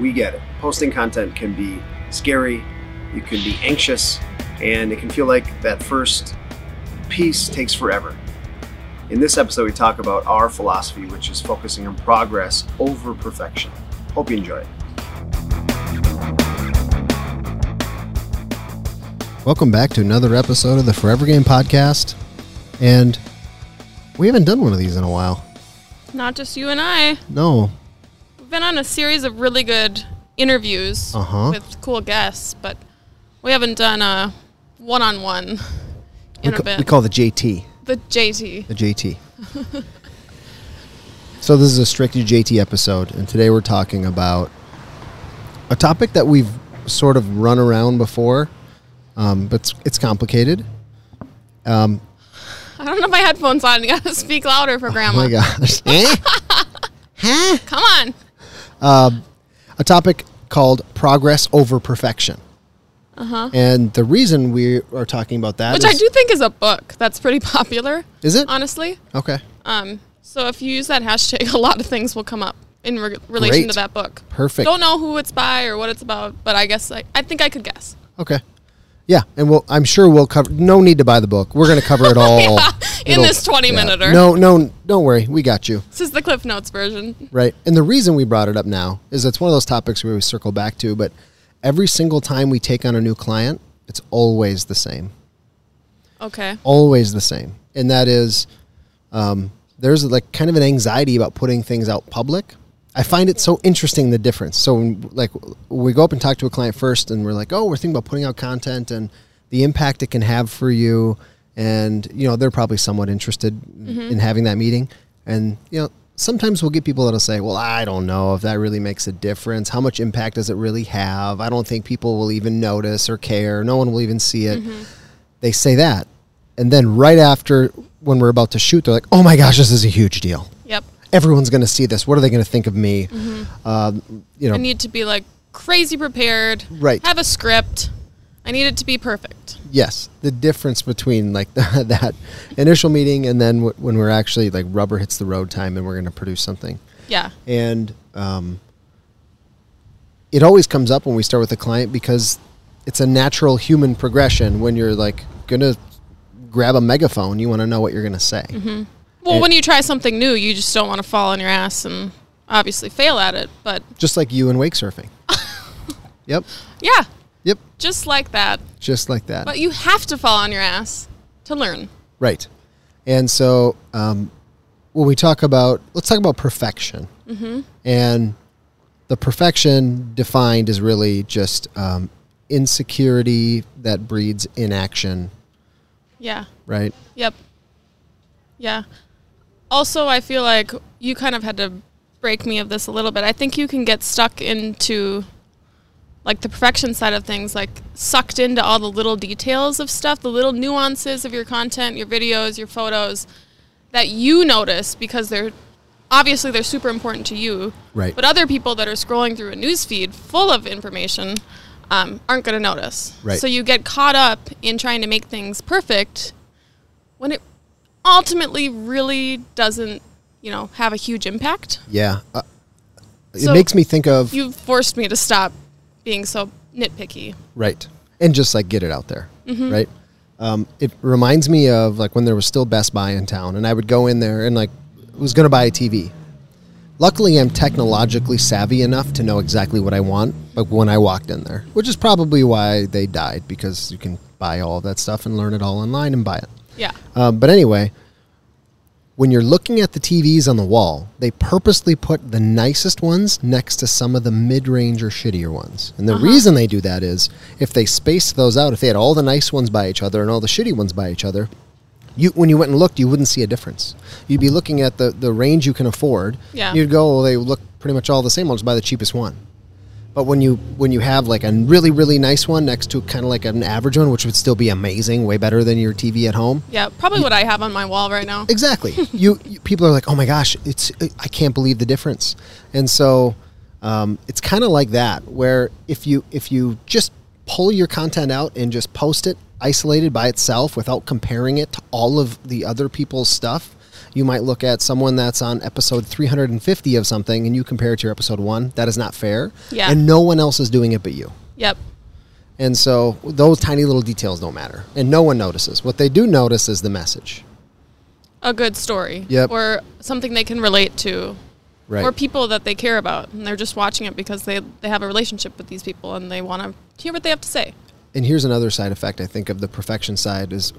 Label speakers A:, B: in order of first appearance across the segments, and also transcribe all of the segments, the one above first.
A: we get it. Posting content can be scary, you can be anxious, and it can feel like that first piece takes forever. In this episode, we talk about our philosophy, which is focusing on progress over perfection. Hope you enjoy it.
B: Welcome back to another episode of the Forever Game Podcast. And we haven't done one of these in a while.
C: Not just you and I.
B: No.
C: We've been on a series of really good interviews
B: Uh-huh.
C: with cool guests, but we haven't done a one on one
B: We,
C: in a
B: ca- we
C: bit.
B: call the JT,
C: the JT.
B: the JT. so, this is a strictly JT episode. And today we're talking about a topic that we've sort of run around before, um, but it's, it's complicated.
C: I don't have my headphones on. You gotta speak louder for
B: Oh
C: grandma.
B: my gosh. Eh? huh?
C: Come on.
B: a topic called progress over perfection. Uh-huh. And the reason we are talking about that
C: Which
B: is
C: I do think is a book that's pretty popular,
B: is it
C: honestly.
B: okay?
C: Um, so if you use that hashtag, a lot of things will come up in re- relation
B: Great.
C: to that book.
B: Perfect.
C: Don't know who it's by or what it's about, but I guess I, I think I could guess.
B: Okay, yeah, and we'll I'm sure we'll cover. No need to buy the book. We're going to cover it all
C: in
B: It'll-
C: this 20 minute or-
B: No, no, don't worry. We got you.
C: This is the Cliff Notes version.
B: Right. And the reason we brought it up now is it's one of those topics we always circle back to, but every single time we take on a new client, it's always the same.
C: Okay.
B: always the same, and that is um, there's like kind of an anxiety about putting things out public. I find it so interesting the difference. So when, like we go up and talk to a client first, and we're like, oh, we're thinking about putting out content and the impact it can have for you, and you know they're probably somewhat interested in having that meeting, and you know. Sometimes we'll get people that'll say, "Well, I don't know if that really makes a difference. How much impact does it really have? I don't think people will even notice or care. No one will even see it." they say that. And then right after when we're about to shoot, they're like, oh my gosh, this is a huge deal.
C: Yep.
B: Everyone's going to see this. What are they going to think of me? Um, you know,
C: I need to be like crazy prepared.
B: Right.
C: Have a script. I need it to be perfect.
B: yes, the difference between like that initial meeting and then w- when we're actually like rubber hits the road time and we're going to produce something.
C: Yeah.
B: and um, it always comes up when we start with a client because it's a natural human progression when you're like gonna grab a megaphone you want to know what you're gonna say
C: Well,
B: And-
C: when you try something new, you just don't want to fall on your ass and obviously fail at it. But
B: just like you and wake surfing yep
C: yeah,
B: yep
C: just like that.
B: just like that
C: But you have to fall on your ass to learn.
B: Right. And so um, when we talk about, let's talk about perfection. Mm-hmm. And the perfection defined is really just um, insecurity that breeds inaction,
C: Yeah.
B: right?
C: Yep. Yeah. Also, I feel like you kind of had to break me of this a little bit. I think you can get stuck into like the perfection side of things, like sucked into all the little details of stuff, the little nuances of your content, your videos, your photos that you notice because they're obviously they're super important to you.
B: Right.
C: But other people that are scrolling through a newsfeed full of information um, aren't going to notice.
B: Right.
C: So you get caught up in trying to make things perfect when it ultimately really doesn't, you know, have a huge impact.
B: Yeah. Uh, it
C: So-
B: makes me think of,
C: You forced me to stop being so nitpicky.
B: right. And just like get it out there, right? Um, it reminds me of like when there was still Best Buy in town and I would go in there and like was going to buy a TV. Luckily, I'm technologically savvy enough to know exactly what I want, but when I walked in there, which is probably why they died because you can buy all that stuff and learn it all online and buy it.
C: Yeah.
B: Um, but anyway, when you're looking at the TVs on the wall, they purposely put the nicest ones next to some of the mid-range or shittier ones. And the reason they do that is if they spaced those out, if they had all the nice ones by each other and all the shitty ones by each other, you when you went and looked, you wouldn't see a difference. You'd be looking at the the range you can afford.
C: Yeah.
B: You'd go, well, they look pretty much all the same. I'll just buy the cheapest one. But when you when you have like a really really nice one next to kind of like an average one, which would still be amazing, way better than your TV at home.
C: Yeah. Probably what I have on my wall right now.
B: Exactly. you, you people are like, oh my gosh, it's I can't believe the difference, and so um, it's kind of like that where if you if you just pull your content out and just post it isolated by itself without comparing it to all of the other people's stuff, You might look at someone that's on episode 350 of something and you compare it to your episode one. That is not fair.
C: Yeah.
B: And no one else is doing it but you.
C: Yep.
B: And so those tiny little details don't matter. And no one notices. What they do notice is the message.
C: A good story.
B: Yep.
C: Or something they can relate to.
B: Right.
C: Or people that they care about. And they're just watching it because they, they have a relationship with these people and they want to hear what they have to say.
B: and here's another side effect I think of the perfection side is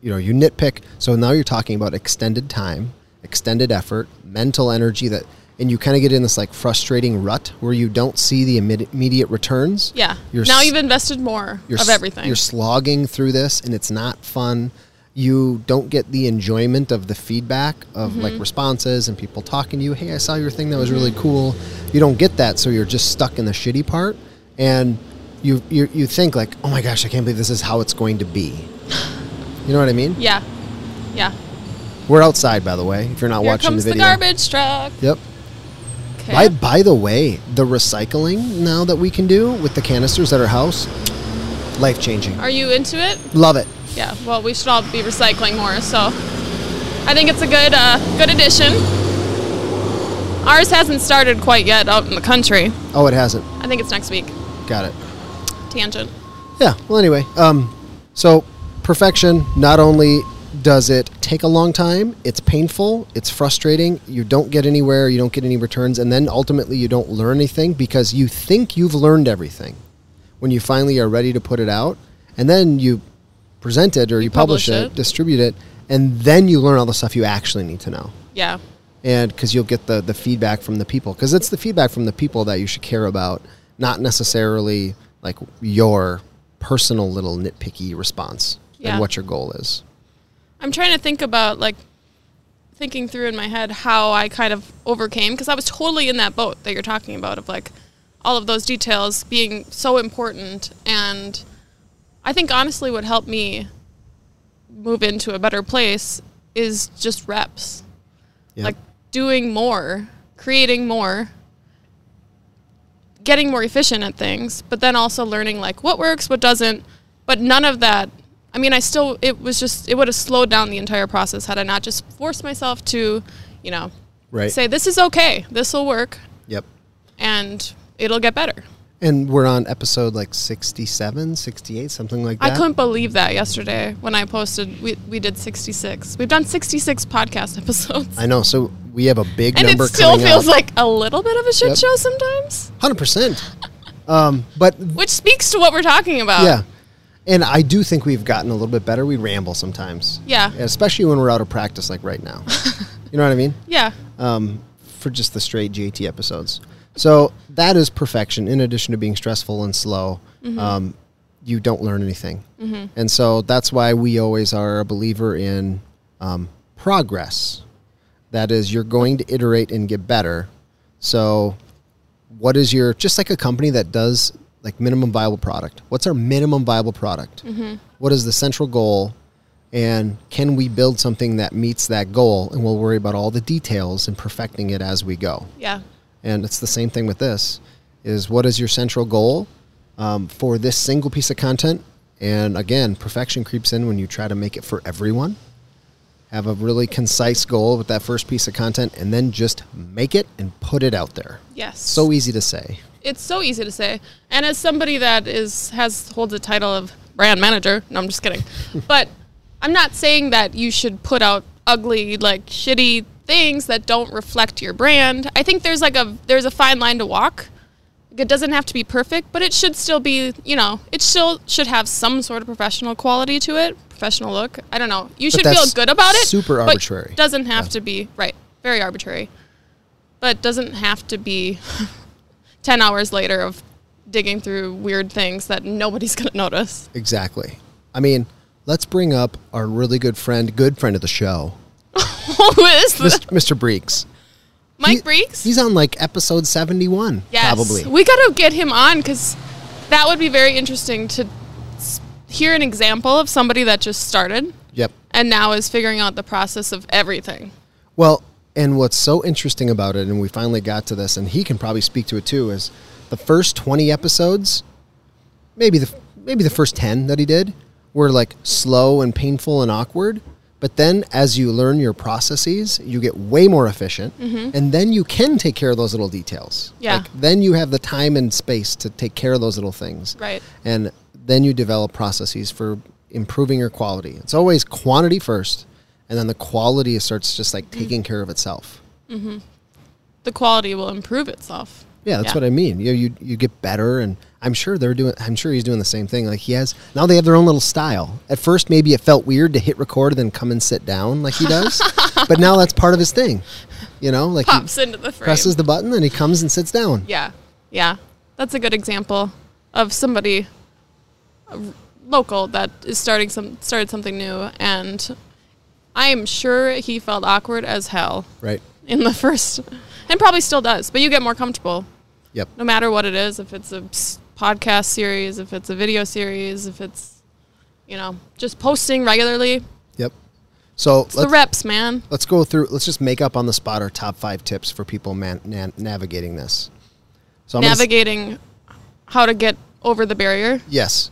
B: you know, you nitpick. So now you're talking about extended time, extended effort, mental energy that and you kind of get in this like frustrating rut where you don't see the immedi- immediate returns.
C: Yeah.
B: You're
C: now
B: s-
C: you've invested more
B: you're
C: of
B: s-
C: everything.
B: You're slogging through this, and it's not fun. You don't get the enjoyment of the feedback of
C: Mm-hmm.
B: like responses and people talking to you. Hey, I saw your thing that was really cool. You don't get that, so you're just stuck in the shitty part, and you you you think like, oh my gosh, I can't believe this is how it's going to be. You know what I mean?
C: yeah. Yeah.
B: We're outside, by the way. If you're not
C: Here
B: watching
C: comes
B: the
C: the,
B: video,
C: garbage truck.
B: Yep.
C: Okay.
B: By by the way, the recycling now that we can do with the canisters at our house, life changing.
C: Are you into it?
B: Love it.
C: Yeah. Well, we should all be recycling more. So I think it's a good uh, good addition. Ours hasn't started quite yet out in the country.
B: Oh, it hasn't.
C: I think it's next week.
B: Got it.
C: Tangent.
B: Yeah. Well, anyway, um, so perfection not only does it take a long time, it's painful, it's frustrating. You don't get anywhere, you don't get any returns, and then ultimately you don't learn anything because you think you've learned everything when you finally are ready to put it out, and then you present it or you, publish,
C: publish
B: it,
C: it.
B: distribute it, and then you learn all the stuff you actually need to know.
C: Yeah.
B: And because you'll get the, the feedback from the people, because it's the feedback from the people that you should care about, not necessarily like your personal little nitpicky response
C: Yeah.
B: and what your goal is.
C: I'm trying to think about like thinking through in my head how I kind of overcame because I was totally in that boat that you're talking about of like all of those details being so important and I think honestly what helped me move into a better place is just reps.
B: Yeah.
C: Like doing more, creating more, getting more efficient at things, but then also learning like what works, what doesn't. But none of that. I mean, I still it was just it would have slowed down the entire process had I not just forced myself to, you know,
B: Right.
C: say this is okay, this will work,
B: yep.
C: and it'll get better.
B: And we're on episode like 67, 68, something like
C: I
B: that.
C: couldn't believe that yesterday when I posted. We we did sixty six. We've done sixty six podcast episodes.
B: I know. So we have a big
C: and it
B: number
C: still
B: coming
C: feels
B: up.
C: like a little bit of a shit
B: Yep.
C: show sometimes,
B: 100%. um, but
C: which speaks to what we're talking about.
B: yeah. And I do think we've gotten a little bit better. We ramble sometimes.
C: Yeah.
B: Especially when we're out of practice like right now. you know what I mean?
C: Yeah.
B: um, for just the straight JT episodes. So that is perfection. In addition to being stressful and slow, um, you don't learn anything, and so that's why we always are a believer in um, progress. That is, you're going to iterate and get better. So, what is your just like a company that does like minimum viable product? What's our minimum viable product? What is the central goal? And can we build something that meets that goal? And we'll worry about all the details and perfecting it as we go.
C: Yeah.
B: And it's the same thing with this: is what is your central goal um, for this single piece of content? And again, perfection creeps in when you try to make it for everyone. Have a really concise goal with that first piece of content, and then just make it and put it out there.
C: Yes.
B: So easy to say.
C: it's so easy to say. And as somebody that is has holds the title of brand manager, no, I'm just kidding. but I'm not saying that you should put out ugly, like shitty things that don't reflect your brand. I think there's like a there's a fine line to walk. It doesn't have to be perfect, but it should still be, you know, it still should have some sort of professional quality to it, professional look. I don't know. You should feel
B: that's
C: good about it.
B: super
C: but
B: arbitrary.
C: Doesn't have to be right. Very arbitrary. But doesn't have to be 10 hours later of digging through weird things that nobody's going to notice.
B: Exactly. I mean, let's bring up our really good friend, good friend of the show,
C: Who is this?
B: Mr. Mr. Breeks.
C: Mike
B: He-
C: Breeks?
B: He's on like episode 71, probably.
C: We got to get him on because that would be very interesting to s- hear an example of somebody that just started
B: Yep.
C: and now is figuring out the process of everything.
B: Well, and what's so interesting about it, and we finally got to this, and he can probably speak to it too, is the first 20 episodes, maybe the maybe the first 10 that he did, were like slow and painful and awkward. But then as you learn your processes, you get way more efficient. And then you can take care of those little details.
C: Mm-hmm. Yeah.
B: then you have the time and space to take care of those little things.
C: Right.
B: And then you develop processes for improving your quality. It's always quantity first, and then the quality starts just
C: Mm.
B: like taking care of itself.
C: The quality will improve itself.
B: Yeah, that's what I mean. You, you you get better, and I'm sure they're doing. I'm sure he's doing the same thing. Like he has now, they have their own little style. At first, maybe it felt weird to hit record and then come and sit down like he does, but now that's part of his thing. You know, like
C: Pops
B: he
C: into the frame.
B: Hmm. presses the button and he comes and sits down.
C: Yeah, yeah. That's a good example of somebody uh, local that is starting some started something new, and I am sure he felt awkward as hell
B: Right.
C: in the first, and probably still does. But you get more comfortable,
B: Yep.
C: no matter what it is. If it's a s- podcast series, if it's a video series, if it's you know just posting regularly,
B: Yep. So
C: it's the reps, man.
B: let's go through let's just make up on the spot our top five tips for people man, na- navigating this so gonna s-
C: Navigating how to get over the barrier.
B: yes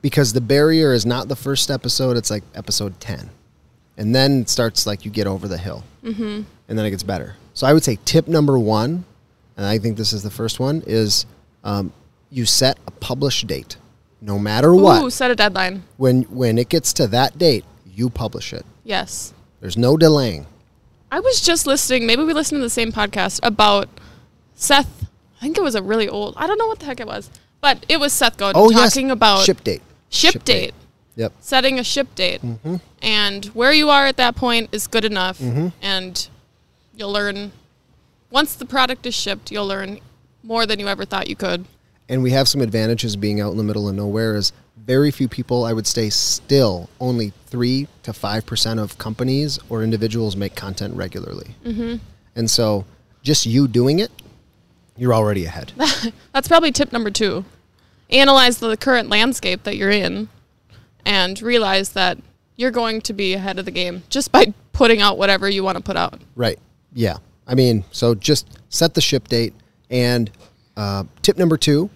B: because the barrier is not the first episode it's like episode 10 and then it starts like you get over the hill mm-hmm. and then it gets better so i would say tip number one and i think this is the first one is um, you set a publish date no matter what
C: Ooh, set a deadline.
B: when when it gets to that date you publish it
C: Yes.
B: there's no delaying
C: I was just listening, maybe we listened to the same podcast about Seth. I think it was a really old, I don't know what the heck it was, but it was Seth Godin
B: oh yes,
C: talking about
B: ship date
C: ship date,
B: yep
C: setting a ship date.
B: Mm-hmm.
C: And where you are at that point is good enough. And you'll learn, once the product is shipped, you'll learn more than you ever thought you could.
B: and we have some advantages being out in the middle of nowhere is very few people i would say still only 3 to 5% of companies or individuals make content regularly mm-hmm. and so just you doing it you're already ahead
C: That's probably tip number two. Analyze the current landscape that you're in and realize that you're going to be ahead of the game just by putting out whatever you want to put out.
B: right yeah i mean so just set the ship date and uh, tip number two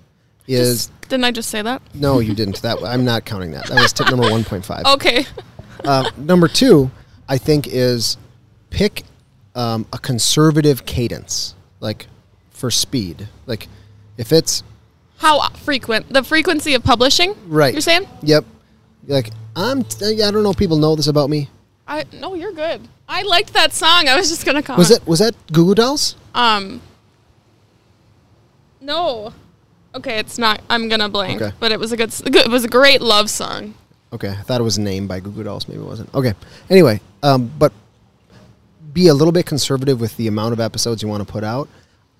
B: is
C: Just- didn't I just say that?
B: no you didn't that i'm not counting that that was tip number 1.5
C: Okay.
B: uh, number two, I think is pick um, a conservative cadence, like for speed. Like if it's
C: How frequent? The frequency of publishing?
B: right,
C: You're saying?
B: Yep. Like I'm. T- I don't know. if People know this about me.
C: I no, you're good. I liked that song. I was just gonna comment.
B: Was it was that Goo Goo Dolls?
C: Um. No. Okay, it's not. I'm gonna blank.
B: Okay.
C: But it was a good. s- good- It was a great love song.
B: Okay, I thought it was named by Goo Goo Dolls. Maybe it wasn't. Okay. Anyway, um, but be a little bit conservative with the amount of episodes you want to put out.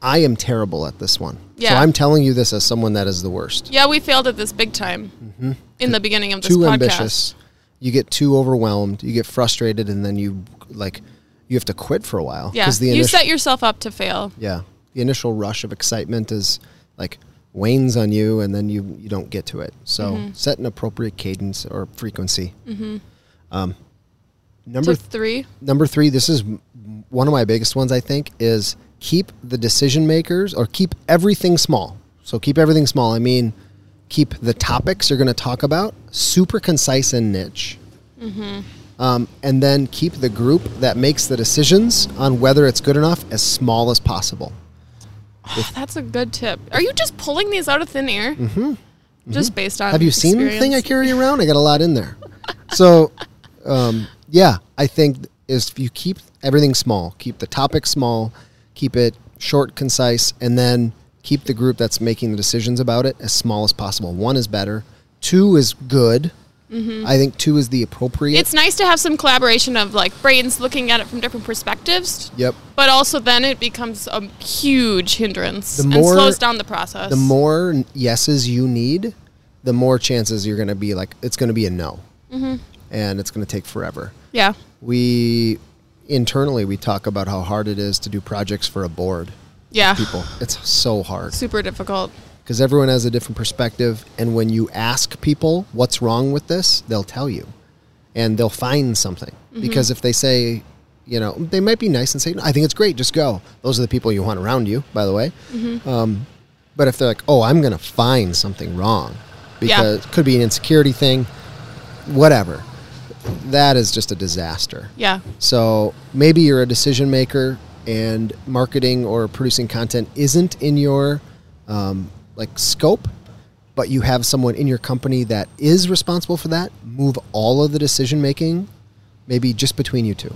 B: I am terrible at this one. So
C: Yeah.
B: I'm telling you this as someone that is the worst.
C: Yeah, we failed at this big time in the beginning of this
B: Mm-hmm. too
C: podcast.
B: ambitious. You get too overwhelmed. You get frustrated, and then you like you have to quit for a while.
C: Yeah,
B: 'cause the
C: you
B: initial,
C: set yourself up to fail.
B: yeah the initial rush of excitement is like wanes on you, and then you you don't get to it. So
C: Mm-hmm.
B: set an appropriate cadence or frequency. Mm-hmm. Um, number
C: Tip three.
B: number three, this is m- one of my biggest ones, I think, is keep the decision makers or keep everything small. So keep everything small. I mean, keep the topics you're going to talk about super concise and niche. Um, and then keep the group that makes the decisions on whether it's good enough as small as possible.
C: Ah, That's a good tip. Are you just pulling these out of thin air? Mm-hmm. Just based on
B: Have you seen the thing I
C: experience?
B: carry around? I got a lot in there. So, um, yeah, I think is if you keep everything small, keep the topic small, keep it short, concise, and then keep the group that's making the decisions about it as small as possible. One is better. Two is good. I think two is the appropriate.
C: Mm-hmm. It's nice to have some collaboration of like brains looking at it from different perspectives.
B: yep.
C: But also, then it becomes a huge hindrance
B: The
C: and
B: more-
C: slows down the process.
B: The more yeses you need, the more chances you're going to be like it's going to be a no,
C: Mm-hmm.
B: and it's going to take forever.
C: yeah,
B: we internally we talk about how hard it is to do projects for a board
C: yeah,
B: people it's so hard
C: super difficult.
B: because everyone has a different perspective and when you ask people what's wrong with this they'll tell you and they'll find something because if they say you know they might be nice and say i think it's great just go those are the people you want around you by the way um, but if they're like oh i'm gonna find something wrong
C: Yeah.
B: because it could be an insecurity thing whatever that is just a disaster.
C: Yeah.
B: So maybe you're a decision maker and marketing or producing content isn't in your um, like scope, but you have someone in your company that is responsible for that. Move all of the decision making, maybe just between you two.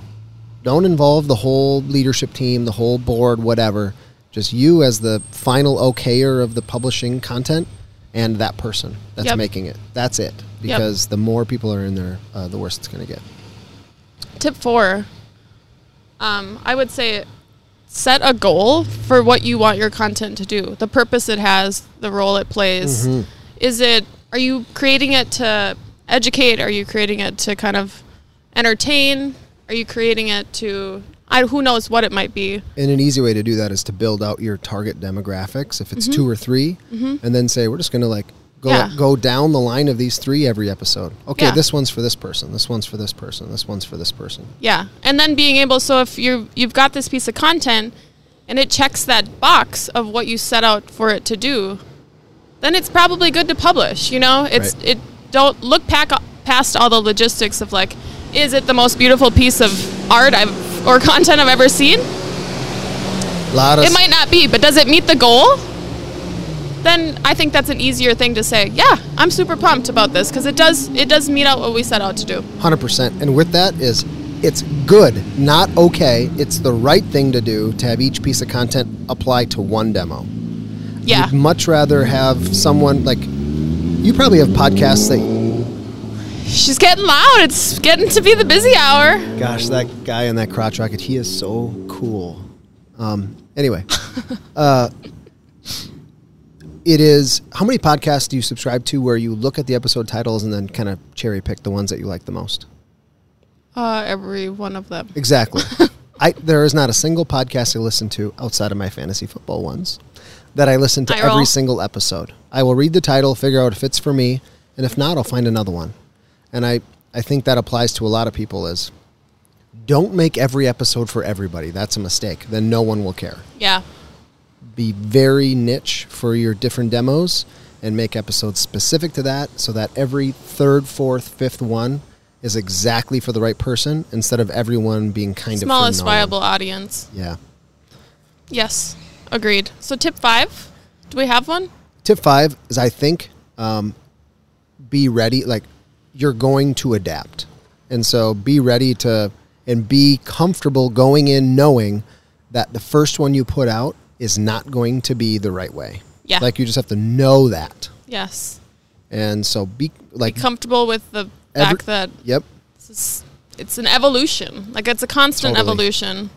B: Don't involve the whole leadership team, the whole board, whatever. Just you as the final okayer of the publishing content and that person that's
C: Yep.
B: making it. That's it. Because the more people are in there, uh, the worse it's going to get.
C: Tip four. Um, I would say set a goal for what you want your content to do, the purpose it has, the role it plays. Is it, are you creating it to educate? Are you creating it to kind of entertain? Are you creating it to, I, who knows what it might be?
B: And an easy way to do that is to build out your target demographics, if it's two or 3 and then say we're just going to like go
C: Mm-hmm. Yeah.
B: go down the line of these three every episode. Okay,
C: Yeah.
B: this one's for this person. This one's for this person. This one's for this person.
C: Yeah, and then being able so if you you've got this piece of content and it checks that box of what you set out for it to do, then it's probably good to publish. You know, it's
B: Right.
C: it don't look pack, past all the logistics of like, is it the most beautiful piece of art I've or content I've ever seen?
B: A lot of
C: It might not be, but does it meet the goal? Then I think that's an easier thing to say. Yeah, I'm super pumped about this because it does it does meet out what we set out to do.
B: hundred percent. And with that is it's good, not okay. It's the right thing to do to have each piece of content apply to one demo.
C: Yeah,
B: You'd much rather have someone like you probably have podcasts that
C: she's getting loud. It's getting to be the busy hour.
B: gosh, that guy in that crotch rocket, he is so cool. Um, anyway, uh, it is how many podcasts do you subscribe to where you look at the episode titles and then kind of cherry pick the ones that you like the most?
C: Uh, every one of them.
B: Exactly. I there is not a single podcast I listen to outside of my fantasy football ones that I listen to
C: Eye
B: every
C: roll.
B: single episode. I will read the title, figure out if it's for me, and if not, I'll find another one. And I I think that applies to a lot of people is don't make every episode for everybody. That's a mistake. Then no one will care.
C: Yeah.
B: Be very niche for your different demos and make episodes specific to that so that every third, fourth, fifth one is exactly for the right person instead of everyone being kind of for
C: Smallest
B: no one.
C: viable audience.
B: Yeah.
C: Yes. Agreed. So tip five. Do we have one?
B: Tip five is I think um, be ready. Like you're going to adapt, and so be ready to and be comfortable going in knowing that the first one you put out is not going to be the right way.
C: Yeah.
B: Like you just have to know that,
C: Yes.
B: and so be like
C: Comfortable with the
B: every-
C: fact that
B: Yep.
C: this is- it's an evolution. Like it's a constant
B: Totally.
C: evolution.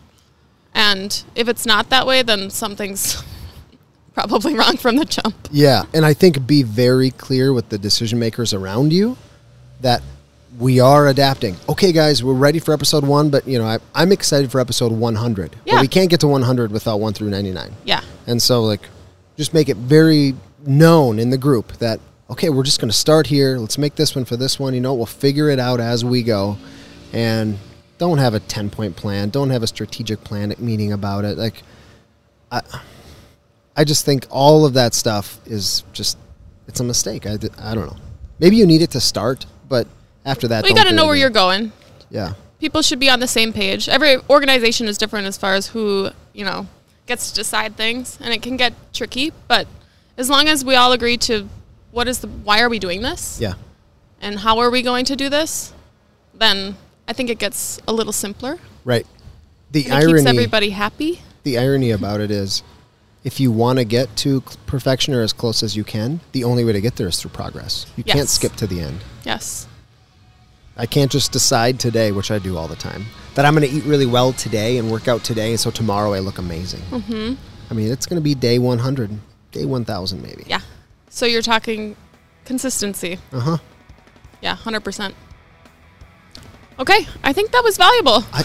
C: And if it's not that way, then something's probably wrong from the jump.
B: Yeah, and I think be very clear with the decision makers around you that we are adapting. Okay, guys, we're ready for episode one, but you know I, I'm excited for episode 100. But
C: Yeah.
B: we can't get to 100 without one through 99.
C: Yeah.
B: And so, like, just make it very known in the group that, okay, we're just going to start here. Let's make this one for this one. You know, we'll figure it out as we go. And don't have a 10 point plan. Don't have a strategic plan meeting about it. Like, I, I just think all of that stuff is just, it's a mistake. I, d- I don't know. Maybe you need it to start, but after that,
C: We
B: don't
C: got to
B: do it
C: know where
B: again.
C: you're going.
B: Yeah.
C: people should be on the same page. Every organization is different as far as who, you know, gets to decide things and it can get tricky, but as long as we all agree to what is the why are we doing this
B: Yeah.
C: and how are we going to do this, then I think it gets a little simpler.
B: Right. The
C: It
B: irony.
C: keeps everybody happy.
B: the irony about it is if you want to get to cl- perfection or as close as you can the only way to get there is through progress you can't
C: Yes.
B: skip to the end
C: Yes.
B: i can't just decide today which i do all the time that i'm going to eat really well today and work out today so tomorrow i look amazing mm-hmm. i mean it's going to be day 100 day 1000 maybe
C: Yeah. So you're talking consistency.
B: uh-huh
C: Yeah, 100%. Okay, I think that was valuable.
B: I,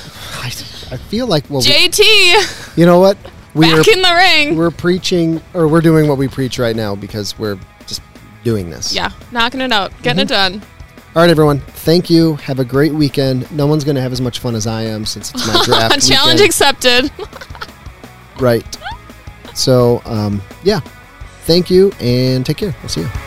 B: I, I feel like well we,
C: JT
B: you know what we
C: back
B: are
C: in the ring.
B: we're preaching or we're doing what we preach right now because we're just doing this
C: yeah, knocking it out, getting
B: Mm-hmm.
C: it done.
B: All right, everyone. Thank you. Have a great weekend. No one's going to have as much fun as I am since it's my draft. weekend.
C: Challenge accepted.
B: Right. So, um, yeah. Thank you and take care. We'll see you.